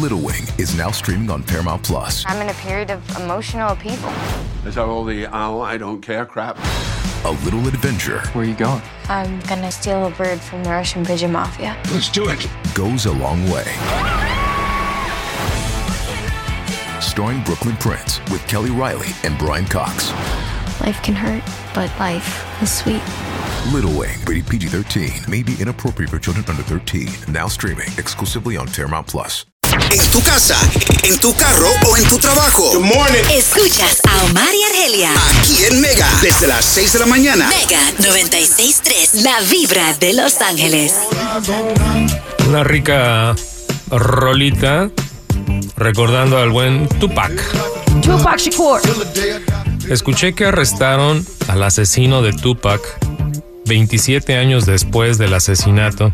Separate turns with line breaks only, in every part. Little Wing is now streaming on Paramount Plus.
I'm in a period of emotional upheaval.
As I roll the owl, I don't care crap.
A little adventure
Where are you going?
I'm gonna steal a bird from the Russian pigeon mafia.
Let's do it.
goes a long way. Starring Brooklyn Prince with Kelly Riley and Brian Cox.
Life can hurt, but life is sweet.
Little Wing, rated PG 13, may be inappropriate for children under 13. Now streaming exclusively on Paramount Plus.
En tu casa, en tu carro o en tu trabajo.
Good morning.
Escuchas a Omar y Argelia.
Aquí en Mega, desde las 6 de la mañana.
Mega 96.3, la vibra de Los Ángeles.
Una rica rolita recordando al buen Tupac.
Tupac Shakur.
Escuché que arrestaron al asesino de Tupac 27 años después del asesinato.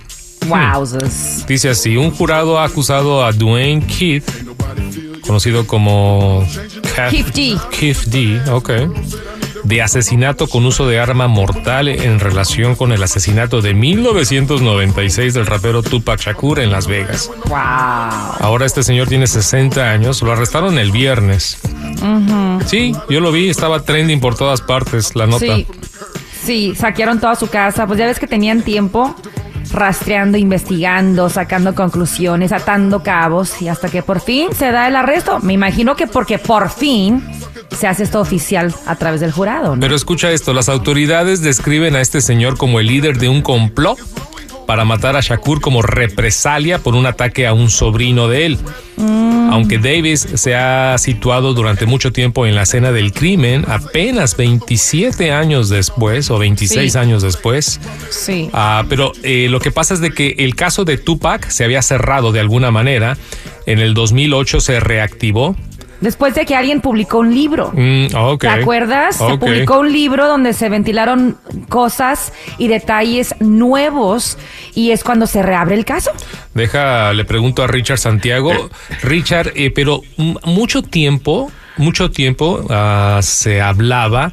Wowzers.
Dice así, un jurado ha acusado a Dwayne Keith, conocido como Keith-
Keith D.
Keith D, ok, de asesinato con uso de arma mortal en relación con el asesinato de 1996 del rapero Tupac Shakur en Las Vegas.
Wow.
Ahora este señor tiene 60 años, lo arrestaron el viernes. Sí, yo lo vi, estaba trending por todas partes la nota.
Sí. Sí, saquearon toda su casa. Pues ya ves que tenían tiempo rastreando, investigando, sacando conclusiones, atando cabos y hasta que por fin se da el arresto. Me imagino que porque por fin se hace esto oficial a través del jurado, ¿no?
Pero escucha esto, las autoridades describen a este señor como el líder de un complot para matar a Shakur como represalia por un ataque a un sobrino de él.
Mm.
Aunque Davis se ha situado durante mucho tiempo en la escena del crimen, apenas 27 años después o 26
Sí.
años después,
Sí.
Ah, pero eh, lo que pasa es de que el caso de Tupac se había cerrado de alguna manera. En el 2008 se reactivó.
Después de que alguien publicó un libro.
Mm, ok.
¿Te acuerdas? Se
Ok.
publicó un libro donde se ventilaron cosas y detalles nuevos y es cuando se reabre el caso.
Deja, le pregunto a Richard Santiago. Richard, eh, pero mm, mucho tiempo, mucho tiempo ah, se hablaba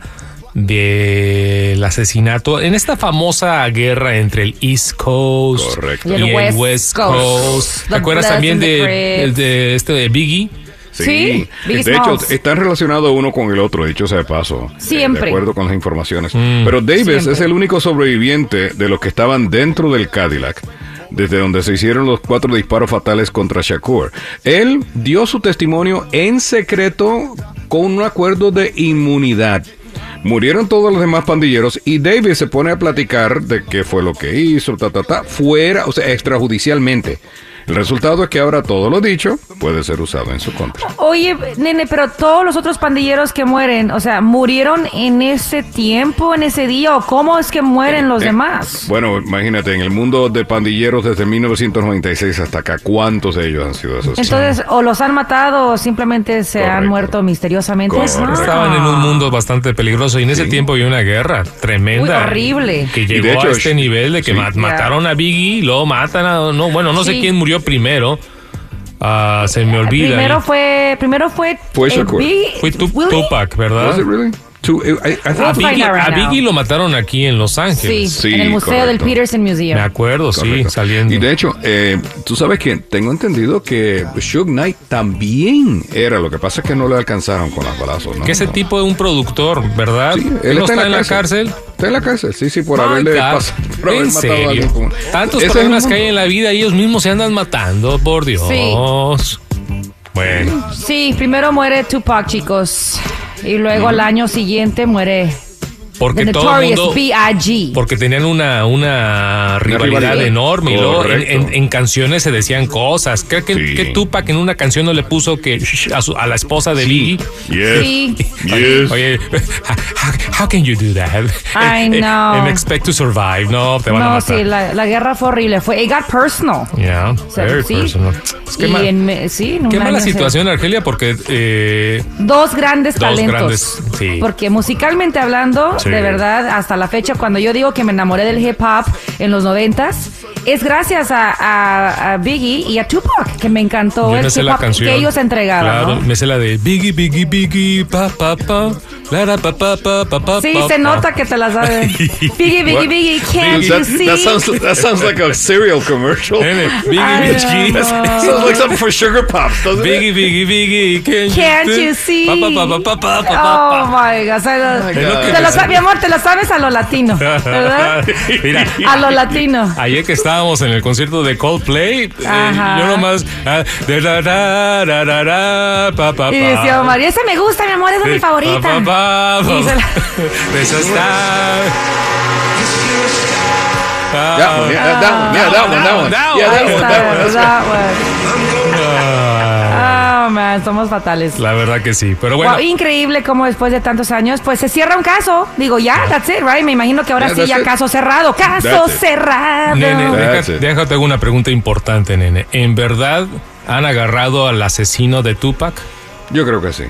del asesinato en esta famosa guerra entre el East Coast
Y el
y
West
el West
Coast.
Coast.
The
¿Te acuerdas
Bloods
también
and the
de,
Crips.
de este de Biggie?
Sí, Biggie
de hecho,
Smalls.
están relacionados uno con el otro, dicho sea de paso. eh,
Siempre.
De acuerdo con las informaciones. Pero Davis
Siempre.
es el único sobreviviente de los que estaban dentro del Cadillac, desde donde se hicieron los cuatro disparos fatales contra Shakur. Él dio su testimonio en secreto con un acuerdo de inmunidad. Murieron todos los demás pandilleros y Davis se pone a platicar de qué fue lo que hizo, ta, ta, ta, fuera, o sea, extrajudicialmente. El resultado es que ahora todo lo dicho puede ser usado en su contra.
Oye, nene, pero todos los otros pandilleros que mueren, o sea, ¿murieron en ese tiempo, en ese día? ¿O cómo es que mueren los
Eh,
demás?
Bueno, imagínate, en el mundo de pandilleros desde 1996 hasta acá, ¿cuántos de ellos han sido asesinados?
Entonces, o los han matado o simplemente se han
Correcto.
muerto misteriosamente.
Correcto.
Ah.
Estaban en un mundo bastante peligroso y en ese
Sí.
tiempo había una guerra tremenda.
Uy, horrible.
Que
Y de
llegó
hecho,
a este
sh-
nivel de que
sí.
ma- mataron a Biggie, luego matan a. No, bueno, no sé
Sí.
quién murió primero. Ah, se me olvida.
Primero
ahí.
fue, primero fue,
Fue
eh,
Shakur.
Big-
Fue Tu-
Willie.
Tupac, ¿verdad?
¿Was it really? Two-
eh,
I- I think-
A
We'll find
Biggie,
out right
a
now.
Biggie lo mataron aquí en Los
Sí,
Ángeles.
Sí,
en el museo del
correcto.
Peterson Museum.
Me acuerdo,
Correcto.
sí, saliendo.
Y de hecho, eh, tú sabes que tengo entendido que Suge Knight también era, lo que pasa es que no le alcanzaron con los balazos, ¿no?
que ese
No.
tipo es un productor, ¿verdad?
Sí, él
no está, en la cárcel.
Está en la cárcel, sí, sí, por
My
haberle
God.
pasado, por haber
en
matado a alguien.
serio.
con- Ese
Tantos
es el
problemas que hay
mundo.
en la vida, ellos mismos se andan matando, por Dios. Bueno.
Sí, primero muere Tupac, chicos. Y luego al año siguiente muere
Porque
The
todo el
Notorious
mundo.
B.I.G.
Porque tenían una, una rivalidad
rivalidad.
enorme. Y luego en,
Correcto.
en- en canciones se decían cosas. Creo que,
Sí.
que Tupac en una canción no le puso que a, su- a la esposa de Biggie.
Yes,
Sí.
yes.
Oye, how, how can you do that?
I
And-
know.
And expect to survive. No, te van a
No,
matar.
sí, la, la guerra fue horrible. Fue, it got personal.
Yeah,
O sea,
very
sí.
personal. Es que
Y
ma-
en me- sí, en un
qué
año
mala
se-
situación, Argelia, porque eh,
Dos grandes
Dos
talentos.
grandes, sí.
Porque musicalmente hablando,
Sí.
Sí.
de verdad, hasta la fecha, cuando yo digo que me enamoré del hip hop en los noventas, es gracias a, a- a Biggie y a Tupac, que me encantó
Yo
el
me sé
hip
la
hop
canción.
que ellos entregaban.
Claro,
¿no?
me sé la de Biggie, Biggie, Biggie, pa, pa, pa, la, ra, pa, pa, pa, pa, pa,
Sí,
pa,
se
pa.
nota que te la sabes. Biggie, Biggie,
What?
Biggie, can't you
That,
see?
that sounds, that sounds like a cereal commercial.
Nene,
Ay,
Biggie,
no.
Biggie.
sounds like something for sugar pops, doesn't it?
Biggie, Biggie, Biggie, can
Can't you see?
Pa, pa, pa, pa, pa, pa,
Oh
pa, pa.
my God. o sea,
my
te
God.
lo sa- mi amor, te lo sabes a lo latino, ¿verdad?
Mira,
A lo latino.
ayer que estábamos en el concierto de Coldplay, eh,
Oh. Ajá.
yo nomás ah, de ra, ra, ra, ra, ra, pa, Ah, pa,
Y
pa.
decía Omar, y esa me gusta, mi amor, esa es mi
De-
favorita.
pa, pa, pa,
Y se la-
pa. De esa está.
That one, yeah, that one, yeah, that one, that one.
That one,
Yeah, that
Ahí
one,
está,
that one. That's
that one.
Ah,
Oh, man, somos fatales.
La verdad que sí, pero bueno.
Wow, increíble cómo después de tantos años, pues se cierra un caso. Digo, ya, that's it, right? Me imagino que ahora
Yeah,
sí,
that's
ya
it.
caso cerrado, caso
That's it.
cerrado.
Nene,
That's
deja-
it.
déjate hago una pregunta importante, nene. ¿En verdad han agarrado al asesino de Tupac?
one. Yo creo que sí.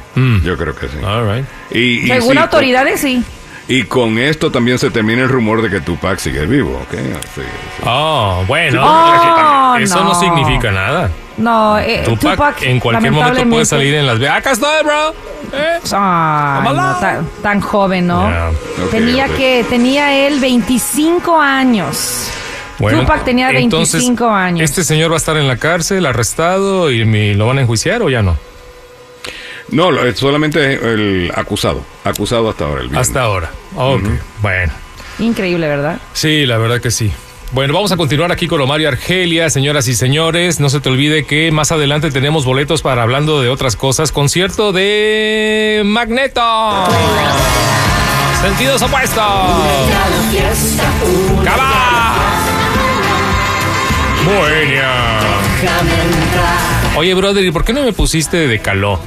Yo creo que sí.
All right.
Y, y
Según
sí,
autoridades, sí.
Y con esto también se termina el rumor de que Tupac sigue vivo, ¿ok? Así es.
Oh, bueno.
Oh,
eso no.
no.
significa nada.
No, eh,
Tupac,
Tupac,
en cualquier momento puede
lamentablemente-
salir en las... ve- Acá estoy, bro. Eh.
Ay,
I'm alive.
no, tan, tan joven, ¿no?
Yeah.
Ok,
tenía
ok.
que, tenía él 25 años. Tupac tenía
entonces,
25 años.
Este señor va a estar en la cárcel, arrestado, y mi- lo van a enjuiciar o ya no.
No, lo- es solamente el acusado. Acusado hasta ahora. El viernes.
Hasta ahora. Ok, bueno.
Increíble, ¿verdad?
Sí, la verdad que sí. Bueno, vamos a continuar aquí con Omar y Argelia, señoras y señores. No se te olvide que más adelante tenemos boletos para hablando de otras cosas. Concierto de Magneto. Sentidos opuestos. Cava. Buena. Oye, brother, ¿y por qué no me pusiste de Caló?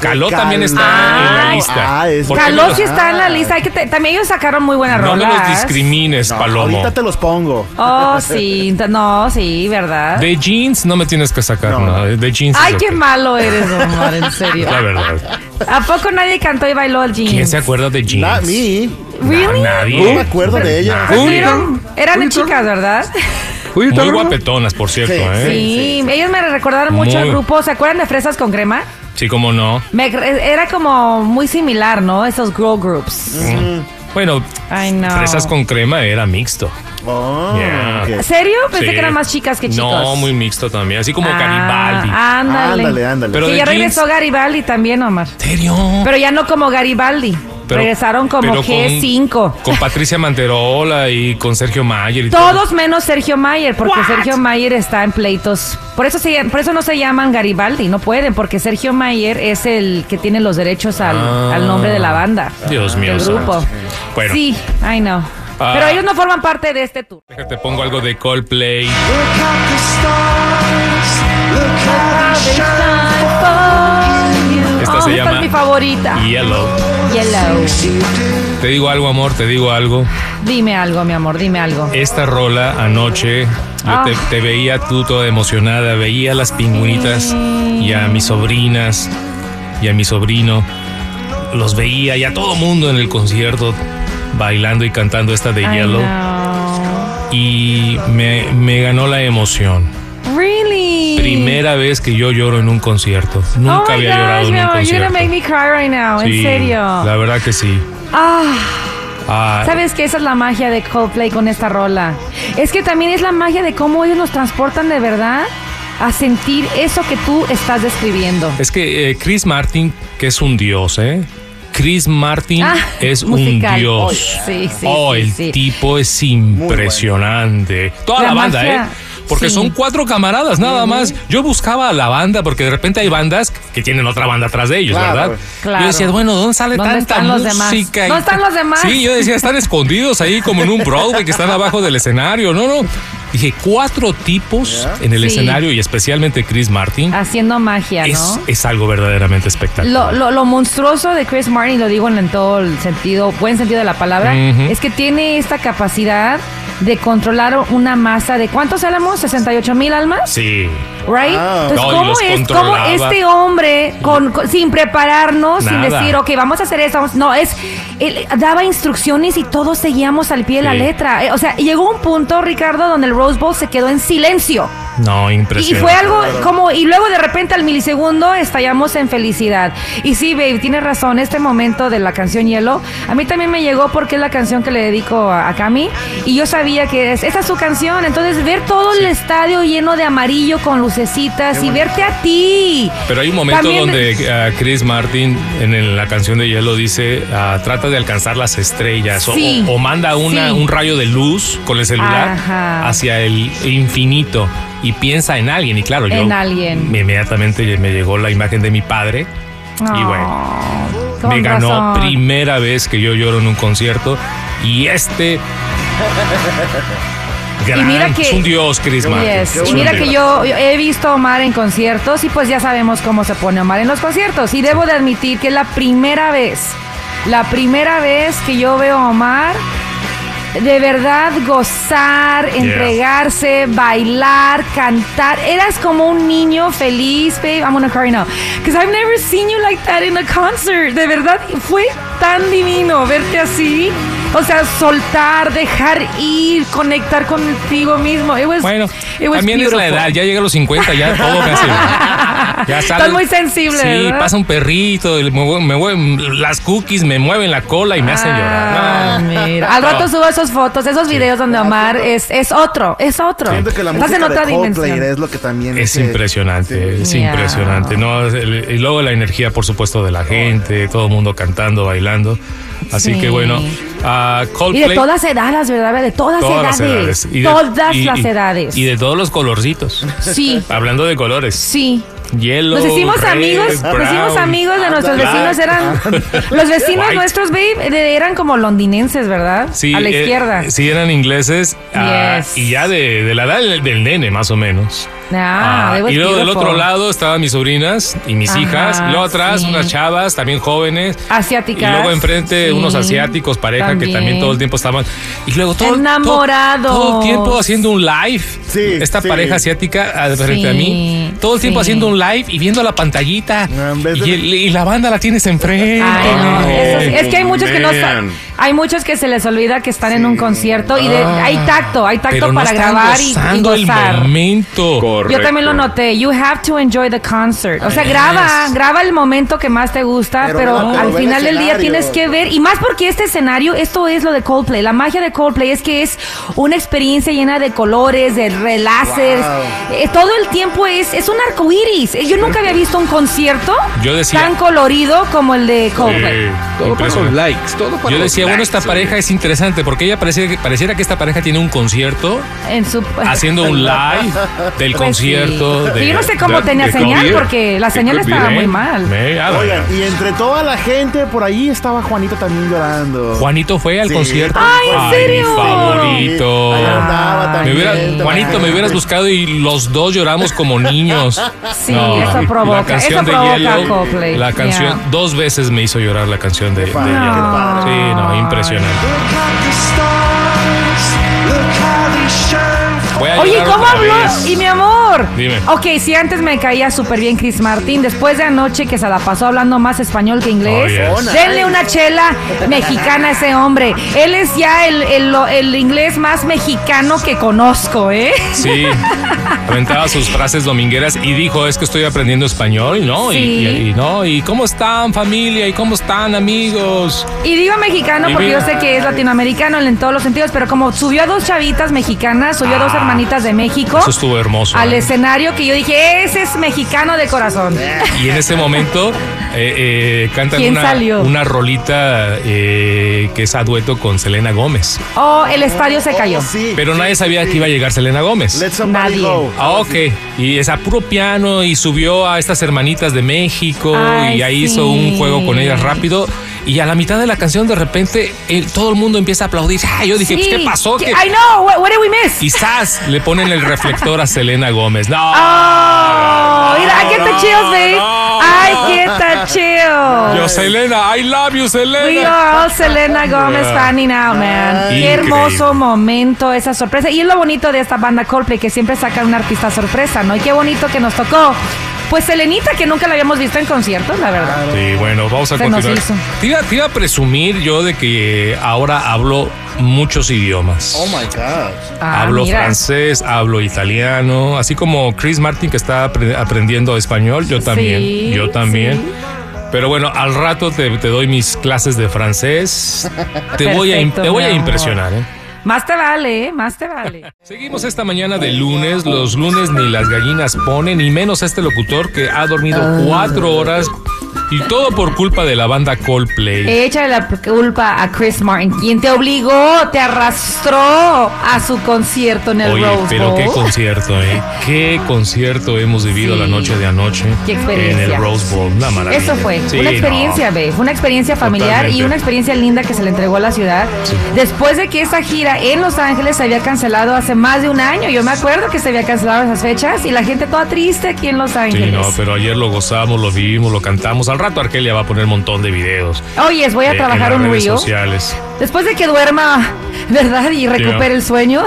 Caló también está en la
Caló.
lista.
Ah, es
¿Por qué
Caló
no-
sí está en la lista. Hay que te- también ellos sacaron muy buenas
No me
rolas.
los discrimines,
No,
Palomo.
Ahorita te los pongo.
Oh, sí. t- No, sí, ¿verdad?
De jeans no me tienes que sacar
No.
nada. De jeans.
Ay,
es
qué
ok.
malo eres, Omar, en serio.
La verdad.
¿A poco nadie cantó y bailó el jeans?
¿Quién se acuerda de jeans?
Not me.
¿Really?
Nadie.
No me acuerdo de ella.
Nadie.
Fueron- Eran chicas, ¿verdad?
Uy,
Muy
¿está grabando?
guapetonas, por cierto,
Sí,
¿eh? Sí.
Sí, ellos me recordaron mucho
Muy.
el grupo. ¿Se acuerdan de Fresas con Crema?
como no.
Me- era como muy similar, ¿no? Esos girl groups.
Bueno,
Ay, no.
fresas con crema era mixto.
Oh,
Yeah.
ok.
¿Serio? Pensé
Sí.
que eran más chicas que chicos.
No, muy mixto también. Así como
Ah,
Garibaldi.
Ándale.
Ándale, ándale.
Pero
que
de
ya
jeans-
regresó Garibaldi también, Omar.
¿En serio?
Pero ya no como Garibaldi.
Pero-
Regresaron como
pero con-
G5.
Con Patricia Manterola y con Sergio Mayer y
Todos menos Sergio Mayer, porque Sergio Mayer está en pleitos. Por eso, se, por eso no se llaman Garibaldi, no pueden, porque Sergio Mayer es el que tiene los derechos al,
Ah.
al nombre de la banda.
Dios mío
Del grupo.
santo. Bueno.
Sí, ay no.
Ah.
Pero ellos no forman parte de este tour.
Te pongo algo de Coldplay. Esta
Oh,
se
esta
llama
es mi favorita.
Yellow.
Yellow.
Te digo algo, amor, te digo algo.
Dime algo, mi amor, dime algo.
Esta rola anoche, yo
Ah.
te, te veía tú toda emocionada, veía a las pingüinitas y a mis sobrinas y a mi sobrino. Los veía y a todo mundo en el concierto bailando y cantando esta de
Ay,
Yellow.
no.
Y me, me ganó la emoción.
Really.
Primera vez que yo lloro en un concierto. Nunca
oh my
había
gosh,
llorado en
mi
un
amor, you're
concierto.
gonna make me cry right now,
Sí,
en serio.
La verdad que sí.
Ah.
Ah,
¿Sabes que Esa es la magia de Coldplay con esta rola. Es que también es la magia de cómo ellos nos transportan de verdad a sentir eso que tú estás describiendo.
Es que eh, Chris Martin, que es un dios, ¿eh? Chris Martin
Ah,
es
musical.
un dios.
Oh, sí, sí,
Oh,
sí,
el
sí.
tipo es impresionante. Toda la,
La
banda,
magia,
¿eh? Porque
sí.
son cuatro camaradas, nada más. Yo buscaba a la banda, porque de repente hay bandas que tienen otra banda atrás de ellos,
Claro.
¿verdad?
Claro.
Yo decía, bueno, ¿dónde sale
¿Dónde
tanta
están los demás?
música?
¿Dónde están los demás?
Sí, yo decía, están escondidos ahí como en un Broadway que están abajo del escenario. No, no. Dije, cuatro tipos en el
Sí.
escenario y especialmente Chris Martin.
Haciendo magia,
Es,
¿no?
es algo verdaderamente
Lo,
espectacular.
lo- lo monstruoso de Chris Martin, y lo digo en, en todo el sentido, buen sentido de la palabra,
Ujú.
es que tiene esta capacidad de controlar una masa de ¿cuántos álamos? 68 mil almas.
Sí.
Right?
Ah.
Entonces,
No, y
¿cómo
los
es? ¿Cómo
controlaba.
este hombre, con, con- sin prepararnos, sin
Nada.
decir, ok, vamos a hacer esto? vamos-" No, es. Él eh, daba instrucciones y todos seguíamos al pie de la
Sí.
letra. Eh, O sea, llegó un punto, Ricardo, donde el Rose Bowl se quedó en silencio.
No,
Y
impresionante.
fue algo como, y luego de repente al milisegundo estallamos en felicidad. Y sí, babe, tienes razón, este momento de la canción Hielo, a mí también me llegó porque es la canción que le dedico a, a Cami. Y yo sabía que es, esa es su canción. Entonces, ver todo el estadio lleno de amarillo con lucecitas y verte a ti.
Pero hay un momento
También-
donde ah, Chris Martin en, el- la canción de Hielo dice, ah, trata de alcanzar las estrellas o-
Sí.
o, o manda una,
Sí.
un rayo de luz con el celular
Ajá.
hacia el infinito y piensa en alguien. Y claro, yo
En alguien.
inmediatamente me llegó la imagen de mi padre. Y bueno,
Oh, con
me ganó
razón.
primera vez que yo lloro en un concierto y este... gran-
mira que-
es un dios, Chris Martin.
Yes.
Es
Y
un
mira
dios.
que yo, yo he visto a Omar en conciertos y pues ya sabemos cómo se pone Omar en los conciertos. Y debo de admitir que es la primera vez, la primera vez que yo veo a Omar de verdad gozar, entregarse, bailar, cantar. Eras como un niño feliz, babe. I'm gonna cry now. Because I've never seen you like that in a concert. De verdad, fue tan divino verte así. O sea, soltar, dejar ir, conectar contigo mismo. It was,
Bueno,
it was
también es
beautiful.
la edad, ya llega a los 50, ya todo me hace. Ya
Estás muy sensible,
Sí,
¿verdad?
pasa un perrito, y me, mue- me mueven las cookies, me mueven la cola y me hacen
Ah,
llorar. No.
mira. Al rato subo esas fotos, esos videos donde Omar es, es otro, es otro.
Siento que la
Estás
música
en
de
otra
Coldplay
dimensión.
es lo que también
Es
que-
impresionante, es
Sí.
impresionante. No, El- y luego la energía, por supuesto, de la gente, todo el mundo cantando, bailando. Así
Sí.
que bueno, ah,
Y
Coldplay.
de todas edades, ¿verdad? De todas,
todas
edades.
Y de-
todas
y-
las
y-
edades.
Y de todos los colorcitos.
Sí,
Hablando de colores.
sí.
Hielo.
Nos hicimos
red,
amigos, nos hicimos
brown.
amigos de nuestros
Black.
vecinos eran los vecinos
White.
nuestros, babe, de- eran como londinenses, ¿verdad?
Sí,
a la
eh,
izquierda.
sí, eran ingleses. ah,
Yes.
y ya de, de la edad del, del nene, más o menos.
Ah,
Ah,
it was
y luego del
beautiful.
otro lado estaban mis sobrinas y mis
Ajá,
hijas. Y luego atrás
sí. Ah,
unas chavas, también jóvenes.
Asiáticas,
Y luego enfrente
sí,
unos asiáticos, pareja, que también
también.
todo el tiempo estaban. Y luego todo, todo-
Enamorados.
todo el tiempo haciendo un live.
Sí,
Esta
sí.
pareja asiática al frente
Sí,
a mí. Todo el tiempo
sí.
haciendo un live y viendo la pantallita.
No, en vez
y,
de-
el- y la banda la tienes enfrente.
Ay, no,
Oh,
eso sí, es que hay muchos que no sa-
man.
hay muchos que se les olvida que están en un concierto y de- hay tacto, hay tacto
Pero no
para
están
grabar y, y
gozando el
gozar.
momento.
Correcto.
Yo también lo noté. You have to enjoy the concert. O sea, graba, graba el momento que más te gusta, pero,
Pero no, pero
al
ve el
final del día
escenario.
tienes que ver. Y más porque este escenario, esto es lo de Coldplay. La magia de Coldplay es que es una experiencia llena de colores, de reláceres.
Wow.
Eh, todo el tiempo es, es un arco iris. Eh, Yo nunca había visto un concierto
Yo decía-
tan colorido como el de Coldplay.
Todo para los likes, todo para
Yo
los
decía, bueno,
likes,
esta pareja
oye.
es interesante porque ella pareciera que, pareciera que esta pareja tiene un concierto
En su,
haciendo un live del
Pues sí.
concierto. de-
Yo no sé cómo
de-
tenía
de
señal
Javier.
porque la
It
señal
could be
estaba
them.
muy
Me-
mal.
me- ah,
Oigan, y entre toda la gente por ahí estaba Juanito también llorando.
Juanito fue al
Sí.
concierto.
Ay, ¿en serio?
Mi favorito.
Ahí andaba
Me
también.
hubiera-
también.
Juanito, me hubieras buscado y los dos lloramos como niños.
Sí,
No,
eso provoca, eso
de
provoca
Yellow,
Coldplay.
La canción
Yeah.
dos veces me hizo llorar la canción de, de
padre, qué
Yellow.
padre.
Sí, no, impresionante. Voy a
Oye,
llorar
¿cómo
otra
habló?
vez.
Y mi amor.
Dime.
Ok, si antes me caía súper bien Chris Martín, después de anoche que se la pasó hablando más español que inglés,
Oh, yes.
denle una chela mexicana a ese hombre. Él es ya el, el, lo- el inglés más mexicano que conozco, ¿eh?
Sí, aventaba sus frases domingueras y dijo, es que estoy aprendiendo español, ¿no? Y-
Sí.
Y, y no, y cómo están familia, y cómo están amigos.
Y digo mexicano
Y
porque
mira.
yo sé que es latinoamericano en todos los sentidos, pero como subió a dos chavitas mexicanas, subió a dos
Ah,
hermanitas de México
Eso estuvo hermoso.
al
¿eh?
escenario que yo dije, ese es mexicano de corazón.
Y en ese momento eh, eh, cantan
¿Quién
una,
salió?
una rolita eh, que es a dueto con Selena Gómez.
Oh, el estadio se cayó.
Oh, sí,
Pero
sí,
nadie sabía
sí.
que iba a llegar Selena Gómez.
Let somebody
Nadie.
go.
Ah, ok. Y es a puro piano y subió a estas hermanitas de México
Ay,
y ahí
sí.
hizo un juego con ellas rápido. Y a la mitad de la canción, de repente, el- todo el mundo empieza a aplaudir. Ah, yo dije,
Sí.
¿qué pasó?
¿Qué-
¿Qué-
I know, what, what did we miss?
Quizás le ponen el reflector a Selena Gómez. No.
Oh, mira, I get the chills, babe.
no.
I get the chills.
Yo, Selena, I love you,
We
Selena.
are all Selena Gomez fanning out, man.
Ay.
Qué hermoso
Increíble.
momento esa sorpresa. Y es lo bonito de esta banda Coldplay, que siempre saca una artista sorpresa, ¿no? Y qué bonito que nos tocó. Pues Selenita, que nunca la habíamos visto en conciertos, la verdad.
Sí, bueno, vamos a
Se nos
continuar.
hizo.
Te iba, te iba a presumir yo de que ahora hablo muchos idiomas.
Oh my God.
Ah,
hablo
mira.
francés, hablo italiano, así como Chris Martin que está apre- aprendiendo español, yo también,
Sí,
yo también.
sí.
Pero bueno, al rato te, te doy mis clases de francés. Te, voy a, im-
Perfecto,
te voy a
mi amor.
impresionar, ¿eh?
Más te vale, ¿eh? Más te vale.
Seguimos esta mañana de lunes. Los lunes ni las gallinas ponen, ni menos este locutor que ha dormido
Ah.
cuatro horas y todo por culpa de la banda Coldplay.
Échale la culpa a Chris Martin, quien te obligó, te arrastró a su concierto en el
Oye,
Rose
pero qué
Bowl.
concierto, ¿eh? Qué concierto hemos vivido
Sí.
la noche de anoche
Qué experiencia.
en el Rose Bowl. Una maravilla.
Eso fue,
Sí,
una experiencia,
no.
babe, fue una experiencia familiar y
Totalmente.
una experiencia linda que se le entregó a la ciudad. Después de que esa gira en Los Ángeles se había cancelado hace más de un año, yo me acuerdo que se había cancelado esas fechas y la gente toda triste aquí en Los Ángeles.
Sí, no, pero ayer lo gozamos, lo vivimos, lo cantamos. Al rato Argelia va a poner un montón de videos.
Oye, voy a
eh,
trabajar
en las
un
redes
río.
sociales.
Después de que duerma, ¿verdad? Y recupere el sueño.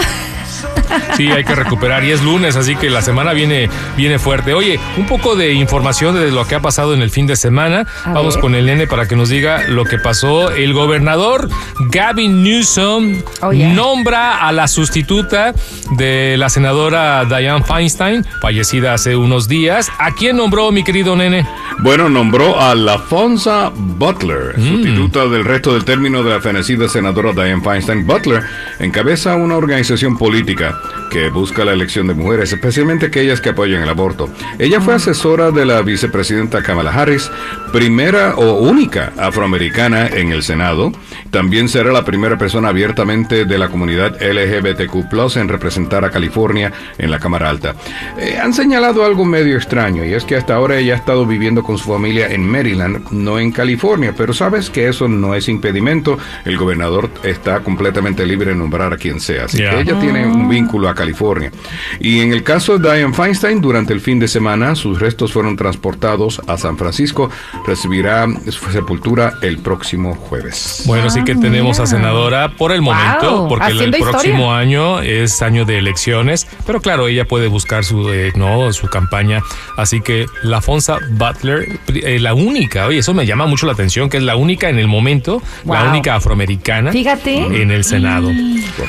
Sí, hay que recuperar y es lunes, así que la semana viene, viene fuerte. Oye, un poco de información de lo que ha pasado en el fin de semana.
A
Vamos
ver.
con el nene para que nos diga lo que pasó. El gobernador Gavin Newsom
Oh, yeah.
nombra a la sustituta de la senadora Dianne Feinstein, fallecida hace unos días. ¿A quién nombró mi querido nene?
Bueno, nombró a Lafonsa Butler, sustituta del resto del término de la fenecida senadora Dianne Feinstein. Butler encabeza una organización política que busca la elección de mujeres, especialmente aquellas que apoyan el aborto. Ella fue asesora de la vicepresidenta Kamala Harris, primera o única afroamericana en el Senado. También será la primera persona abiertamente de la comunidad LGBTQ en representar a California en la Cámara Alta. Eh, han señalado algo medio extraño y es que hasta ahora ella ha estado viviendo con su familia en Maryland, no en California, pero sabes que eso no es impedimento. El gobernador está completamente libre de nombrar a quien sea, así
Ya.
que ella tiene un vínculo a California. Y en el caso de Diane Feinstein, durante el fin de semana sus restos fueron transportados a San Francisco. Recibirá su sepultura el próximo jueves.
Bueno, sí que tenemos a senadora por el momento,
Ah, Wow,
porque el, el
haciendo historia.
próximo año es año de elecciones, pero claro, ella puede buscar su eh, no su campaña, así que la Fonsa Butler, pri- eh, la única, oye, eso me llama mucho la atención, que es la única en el momento, la
Wow.
única afroamericana
Fíjate.
¿Eh? en el Senado.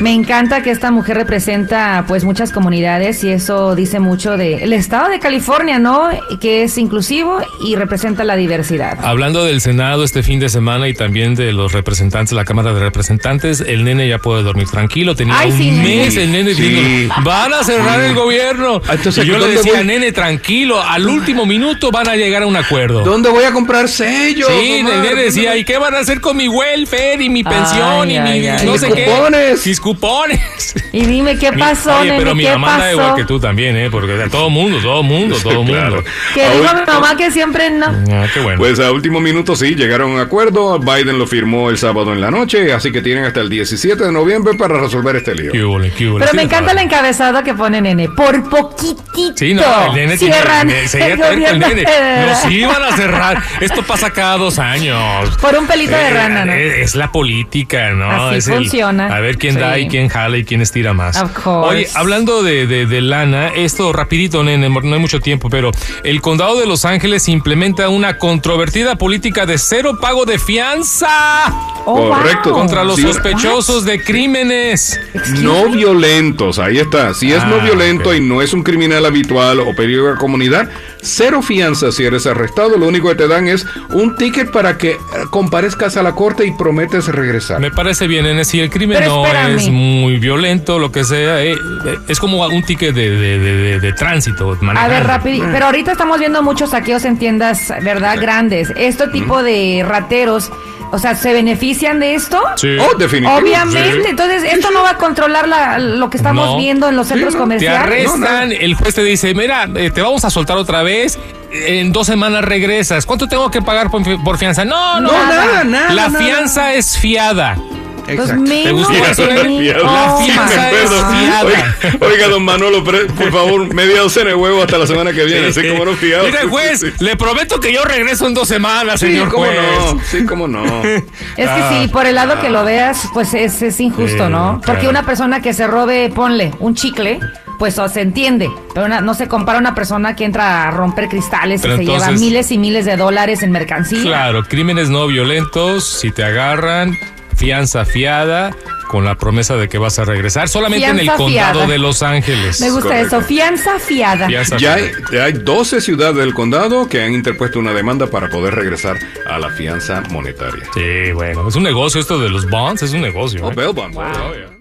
Me encanta que esta mujer representa pues muchas comunidades y eso dice mucho del estado de California, ¿no? Que es inclusivo y representa la diversidad.
Hablando del Senado este fin de semana y también de los representantes de la Cámara de Representantes, el nene ya puede dormir tranquilo. Tenía
Ay,
un
sí, nene.
mes el nene
Sí.
diciendo, van a cerrar el gobierno.
Ah, entonces,
y yo le
¿dónde
decía,
voy?
nene, tranquilo, al último minuto van a llegar a un acuerdo.
¿Dónde voy a comprar sellos?
Sí,
mamá?
el nene decía, ¿y qué van a hacer con mi welfare y mi pensión
Ay,
y mi
ay, ay.
no
Mis
sé
cupones.
qué? Mis cupones.
Y dime qué pasó,
Oye,
nene?
pero mi
qué
mamá anda igual
pasó.
que tú también, ¿eh? Porque o sea, todo mundo, todo mundo, todo
Claro.
mundo.
Que dijo mi mamá que siempre no.
Ah, qué bueno.
Pues a último minuto sí, llegaron a un acuerdo. Biden lo firmó el sábado en la noche, así que tienen hasta el 17 de noviembre para resolver este lío.
Qué hubo, qué hubo.
Pero
pues Sí,
me encanta el
padre.
encabezado que pone nene. Por poquitito.
Sí, no, el nene tiene-
cierran
me- se iba a
el
traer con el
gobierno
nene.
federal.
Nos iban a cerrar. Esto pasa cada dos años.
Por un pelito de
Eh,
rana, ¿no?
eh, Es la política, ¿no?
Así
Es el-
funciona.
a ver quién da
Sí.
y quién jala y quién estira más.
Of course.
Oye, hablando de, de- de lana, esto rapidito, nene, no hay mucho tiempo, pero el condado de Los Ángeles implementa una controvertida política de cero pago de fianza
Oh,
Correcto.
wow.
contra los
Sí.
sospechosos de crímenes.
No violentos, ahí está. Si es
Ah,
no violento
ok.
y no es un criminal habitual o peligro a la comunidad, cero fianza si eres arrestado. Lo único que te dan es un ticket para que eh, comparezcas a la corte y prometes regresar.
Me parece bien, Nene. Si el crimen
Pero
no
espérame.
es muy violento, lo que sea, eh, eh, es como un ticket de, de- de- de- de tránsito.
A
manejando.
ver, rápido. Pero ahorita estamos viendo muchos saqueos en tiendas, ¿verdad? Grandes. Este tipo de rateros, o sea, ¿se benefician de esto?
Sí.
Oh, definitivo.
Obviamente.
Sí.
Entonces, esto no va a controlar la- lo que estamos
No.
viendo en los centros
no. Te
Te
comerciales.
arrestan,
No, no.
el juez te dice, mira, eh, te vamos a soltar otra vez en dos semanas regresas. ¿Cuánto tengo que pagar por, fi- por fianza? No, no.
No, nada, nada.
la
nada.
fianza es fiada.
Pues
Exacto.
¿Te
menos.
gusta
Mira,
eso, Lenny?
la fiada.
La
Oh,
Sí,
fianza
me
es
acuerdo.
fiada.
Oiga, oiga, don Manolo, pre- por favor, media docena de huevos hasta la semana que viene. Así como no fiado.
Mira, juez, le prometo que yo regreso en dos semanas,
Sí,
señor
cómo
juez.
no. Sí, cómo no.
Es que sí, por el lado que lo veas, pues es, es injusto,
Ah. Sí,
¿no? Porque
claro.
una persona que se robe, ponle, un chicle, pues o se entiende. Pero una- no se compara a una persona que entra a romper cristales
Pero
y se lleva
entonces-
miles y miles de dólares en mercancía.
Claro, crímenes no violentos, si te agarran, fianza fiada, con la promesa de que vas a regresar, solamente en el
Fianza
condado
fiada.
de Los Ángeles.
Me gusta
correcto.
eso, fianza fiada.
Fianza
Ya hay,
fiada.
ya hay 12 ciudades del condado que han interpuesto una demanda para poder regresar a la fianza monetaria.
Sí, bueno, es un negocio esto de los bonds, es un negocio.
Oh,
¿eh?
bail bond. Oh, yeah.